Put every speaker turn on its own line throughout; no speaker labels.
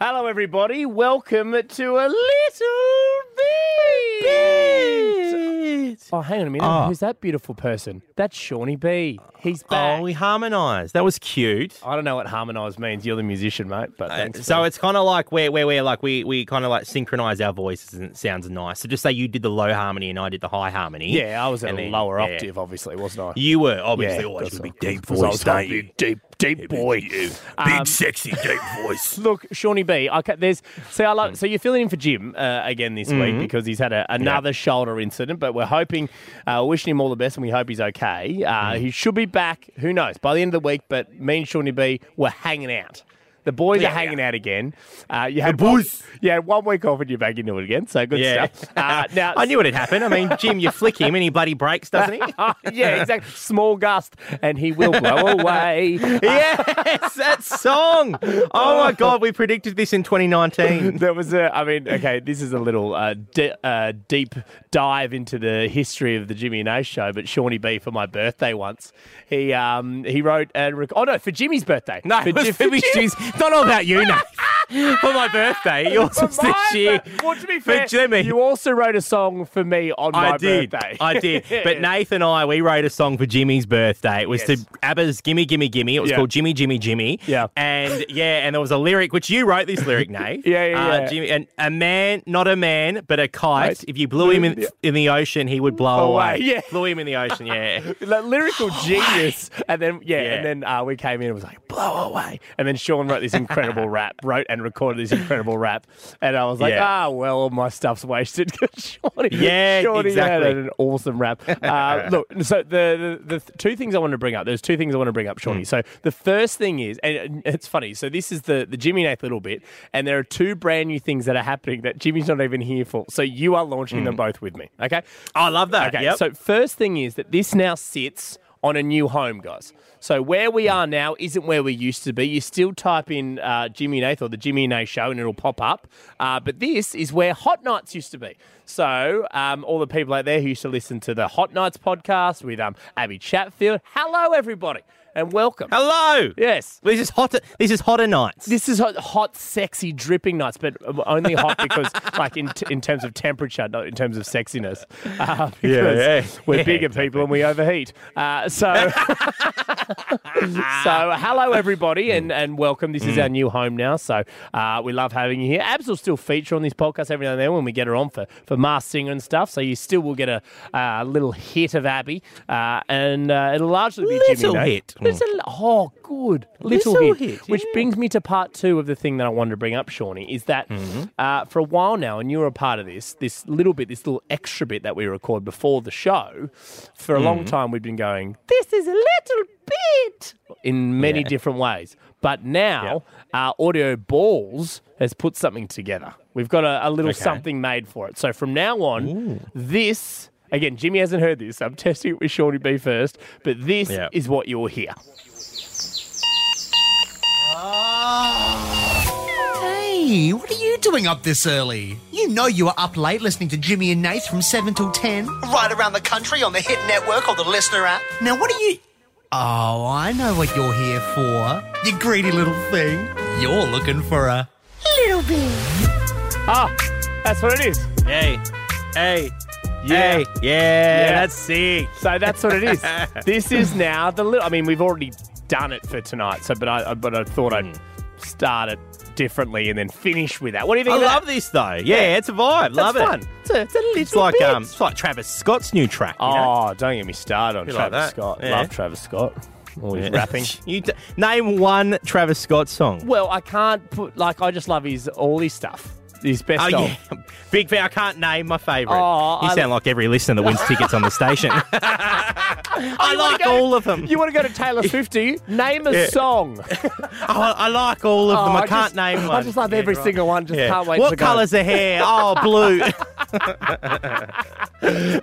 Hello, everybody. Welcome to a little bit. Oh, hang on a minute.
Ah.
Who's that beautiful person? That's Shawnee B. He's back.
Oh, we harmonised. That was cute. Uh,
I don't know what harmonise means. You're the musician, mate. But Oh, thanks.
so
man.
it's kind of like where where we're like we we kind of like synchronise our voices and it sounds nice. So just say you did the low harmony and I did the high harmony.
yeah, I was at
And
a
then-
lower
yeah.
octave, obviously, wasn't I?
You oh, were obviously
Yeah,
always
that's
a big
right.
deep
Because I
voice,
was a
don't you?
big, deep, deep boy. Um,
Big sexy deep voice.
Look, Shawnee B, I ca- there's see, I
Hmm.
love so you're filling in for Jim uh, again this
Mm-hmm.
week because he's had a, another shoulder incident, but we're hoping, uh, wishing him all the best, and we hope he's okay.
Mm-hmm.
Uh, He should be back. Who knows by the end of the week? But me and Shawnee B were hanging out. The boys
Yeah,
are hanging out again. Uh, you had
boys.
One, you had one week off and you're back into it again. So good
Yeah.
stuff. Uh, now
I knew it had happened. I mean, Jim, you flick him and he bloody breaks, doesn't he?
yeah, exactly. Small gust, and he will blow away.
yes, that song. Oh my God, we predicted this in 2019.
There was a, I mean, okay, this is a little uh, di- uh, deep dive into the history of the Jimmy and Ace show, but Shawnee B for my birthday once, he um he wrote and rec- oh no for Jimmy's birthday
No,
for,
it was
Ji-
for Jimmy's. It's Not all about you, Nate. For my birthday, yours
For
was this
my
year.
bir- well, to be
for
fair,
Jimmy.
you also wrote a song for me on
I
my
did.
birthday.
I did. But Nathan and I, we wrote a song for Jimmy's birthday. It was
Yes.
to ABBA's Gimme Gimme Gimme. It was
Yeah.
called Jimmy Jimmy Jimmy.
Yeah.
And yeah, and there was a lyric which you wrote this lyric, Nate.
Yeah, yeah,
Uh,
yeah.
Jimmy, and a man, not a man, but a kite.
Right.
If you blew him in, in the ocean, he would blow
Blow
away.
away, yeah.
Blew him in the ocean. Yeah.
Like, lyrical genius. And then, yeah, and
Yeah.
then uh, we came in and was like, blow away. And then Sean wrote this incredible rap, wrote and recorded this incredible rap. And I was like,
Yeah.
ah, well, all my stuff's wasted. 'Cause Shawnee,
Yeah,
Shawnee
exactly.
had an awesome rap. Uh, look, so the, the, the two things I want to bring up, there's two things I want to bring up, Shawnee.
Mm.
So the first thing is, and it's funny, so this is the, the Jimmy Nath little bit, and there are two brand new things that are happening that Jimmy's not even here for. So you are launching them both with me, okay?
Mm. Oh, I love that.
Okay,
Yep.
so first thing is that this now sits on a new home, guys. So where we are now isn't where we used to be. You still type in uh, Jimmy and Nath or the Jimmy and Nath show and it'll pop up. Uh, but this is where Hot Nights used to be. So um, all the people out there who used to listen to the Hot Nights podcast with um, Abby Chatfield, hello everybody and welcome.
Hello.
Yes.
This is hotter. This is hotter nights.
This is hot, hot, sexy, dripping nights, but only hot because, like, in, in terms of temperature, not in terms of sexiness. Uh, because
yeah.
we're
Yeah,
bigger people and we overheat. Uh, so, so hello everybody, and,
Mm.
and welcome. This is our new home now, so uh, we love having you here. Abs will still feature on this podcast every now and then when we get her on for for Masked Singer and stuff. So you still will get a uh, little hit of Abby, uh, and uh, it'll largely be
Little
Jimmy Nate.
hit.
Little it's a li- oh, good little,
Little
hit,
hit,
which brings me to part two of the thing that I wanted to bring up, Shawnee, is that uh, for a while now, and you were a part of this, this little bit, this little extra bit that we record before the show, for a long time we've been going, this is a little bit in many different ways. But now, uh, Audio Balls has put something together. We've got a, a little something made for it. So from now on, this. Again, Jimmy hasn't heard this. so I'm testing it with Shawnee B first, but this
Yeah.
is what you'll hear.
Hey, what are you doing up this early? You know you were up late listening to Jimmy and Nate from 7 till 10, right around the country on the Hit Network or the Listener app. Now, what are you. Oh, I know what you're here for. You greedy little thing. You're looking for a. Little bit.
Ah, that's what it is.
Hey. Hey.
Yeah.
Hey. Yeah. That's sick.
So that's what it is. this is now the little. I mean, we've already done it for tonight. So, but I, but I thought I'd start it differently and then finish with that. What do you think?
I
of
love
that?
this though. Yeah, it's a vibe.
That's
love it.
fun. It's a, it's a little
It's like
bit.
um, it's like Travis Scott's new track. You know?
oh, don't get me started on
You like
Travis
that?
Scott.
Yeah.
Love Travis Scott. Always
Yeah.
rapping.
you d- name one Travis Scott song.
Well, I can't put like I just love his all his stuff. His best
Oh
of.
yeah, big fan. I can't name my favourite.
Oh,
you
I-
sound like every listener that wins tickets on the station. I
wanna
like
go-
all of them.
You want to go to Taylor Swift? Do you name a
Yeah.
song?
Oh, I, I like all of them.
Oh,
I can't
just-
name one.
I just love
Yeah,
every
right.
single one. Just
Yeah.
can't wait. to
What
go.
colour's the hair? Oh, blue.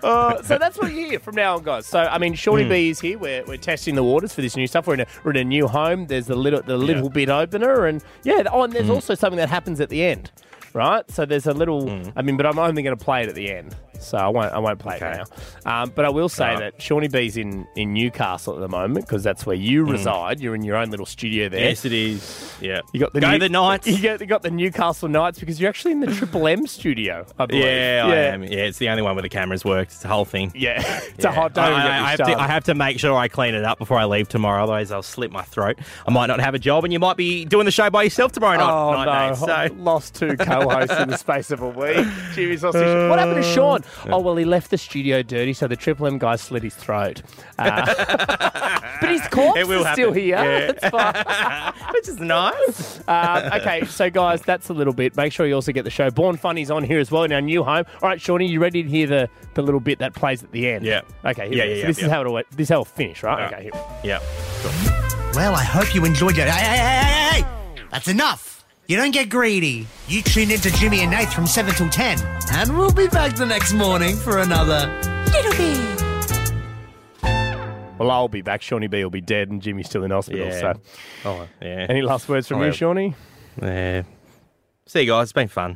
Uh, so that's what you hear from now on, guys. So I mean, Shorty
Hmm.
B is here. We're, we're testing the waters for this new stuff. We're in a we're in a new home. There's the little the little bit opener, and yeah. Oh, and there's
Hmm. Hmm.
also something that happens at the end, right? So there's a little. I mean, but I'm only going to play it at the end. so I won't I won't play
Okay.
it now. Um, but I will say
Right.
that Shawnee B's in in Newcastle at the moment because that's where you reside. You're in your own little studio there.
Hmm. Yes, it is. Yeah.
You got the
Go
New-
the Knights.
You got, you got the Newcastle Knights because you're actually in the Triple M studio, I believe.
yeah, I am. Yeah, it's the only one where the cameras worked. It's the whole thing.
Yeah, it's a
Yeah.
hot day.
I, I- I have to, I have to make sure I clean it up before I leave tomorrow, otherwise I'll slit my throat. I might not have a job, and you might be doing the show by yourself tomorrow night.
Oh
night,
no!
Nate,
I've
so.
Lost two co-hosts in the space of a week. Jimmy's lost. his- what happened to
Uh,
Sean? Oh well, he left the studio dirty, so the Triple M guy slit his throat. Uh, but his corpse
It will
is still
happen.
here.
Yeah.
That's fine.
Which is nice.
Um, okay, so guys, that's a little bit. Make sure you also get the show. Born Funny's on here as well in our new home. All right, Shawnee, you ready to hear the, the little bit that plays at the end?
Yeah.
Okay. Here
Yeah,
we go.
yeah,
so
yeah,
this is
yeah.
how it'll this is how it'll finish, right?
Yeah.
Okay. Here.
Yeah.
Well, I hope you enjoyed it. Hey, hey, hey, hey, hey! That's enough. You don't get greedy. You tune in to Jimmy and Nate from 7 till 10. And we'll be back the next morning for another.
Well, I'll be back. Shawnee B will be dead, and Jimmy's still in hospital.
Yeah.
So,
Oh, yeah.
any last words from
Oh,
you,
yeah.
Shawnee?
yeah. See you guys. It's been fun.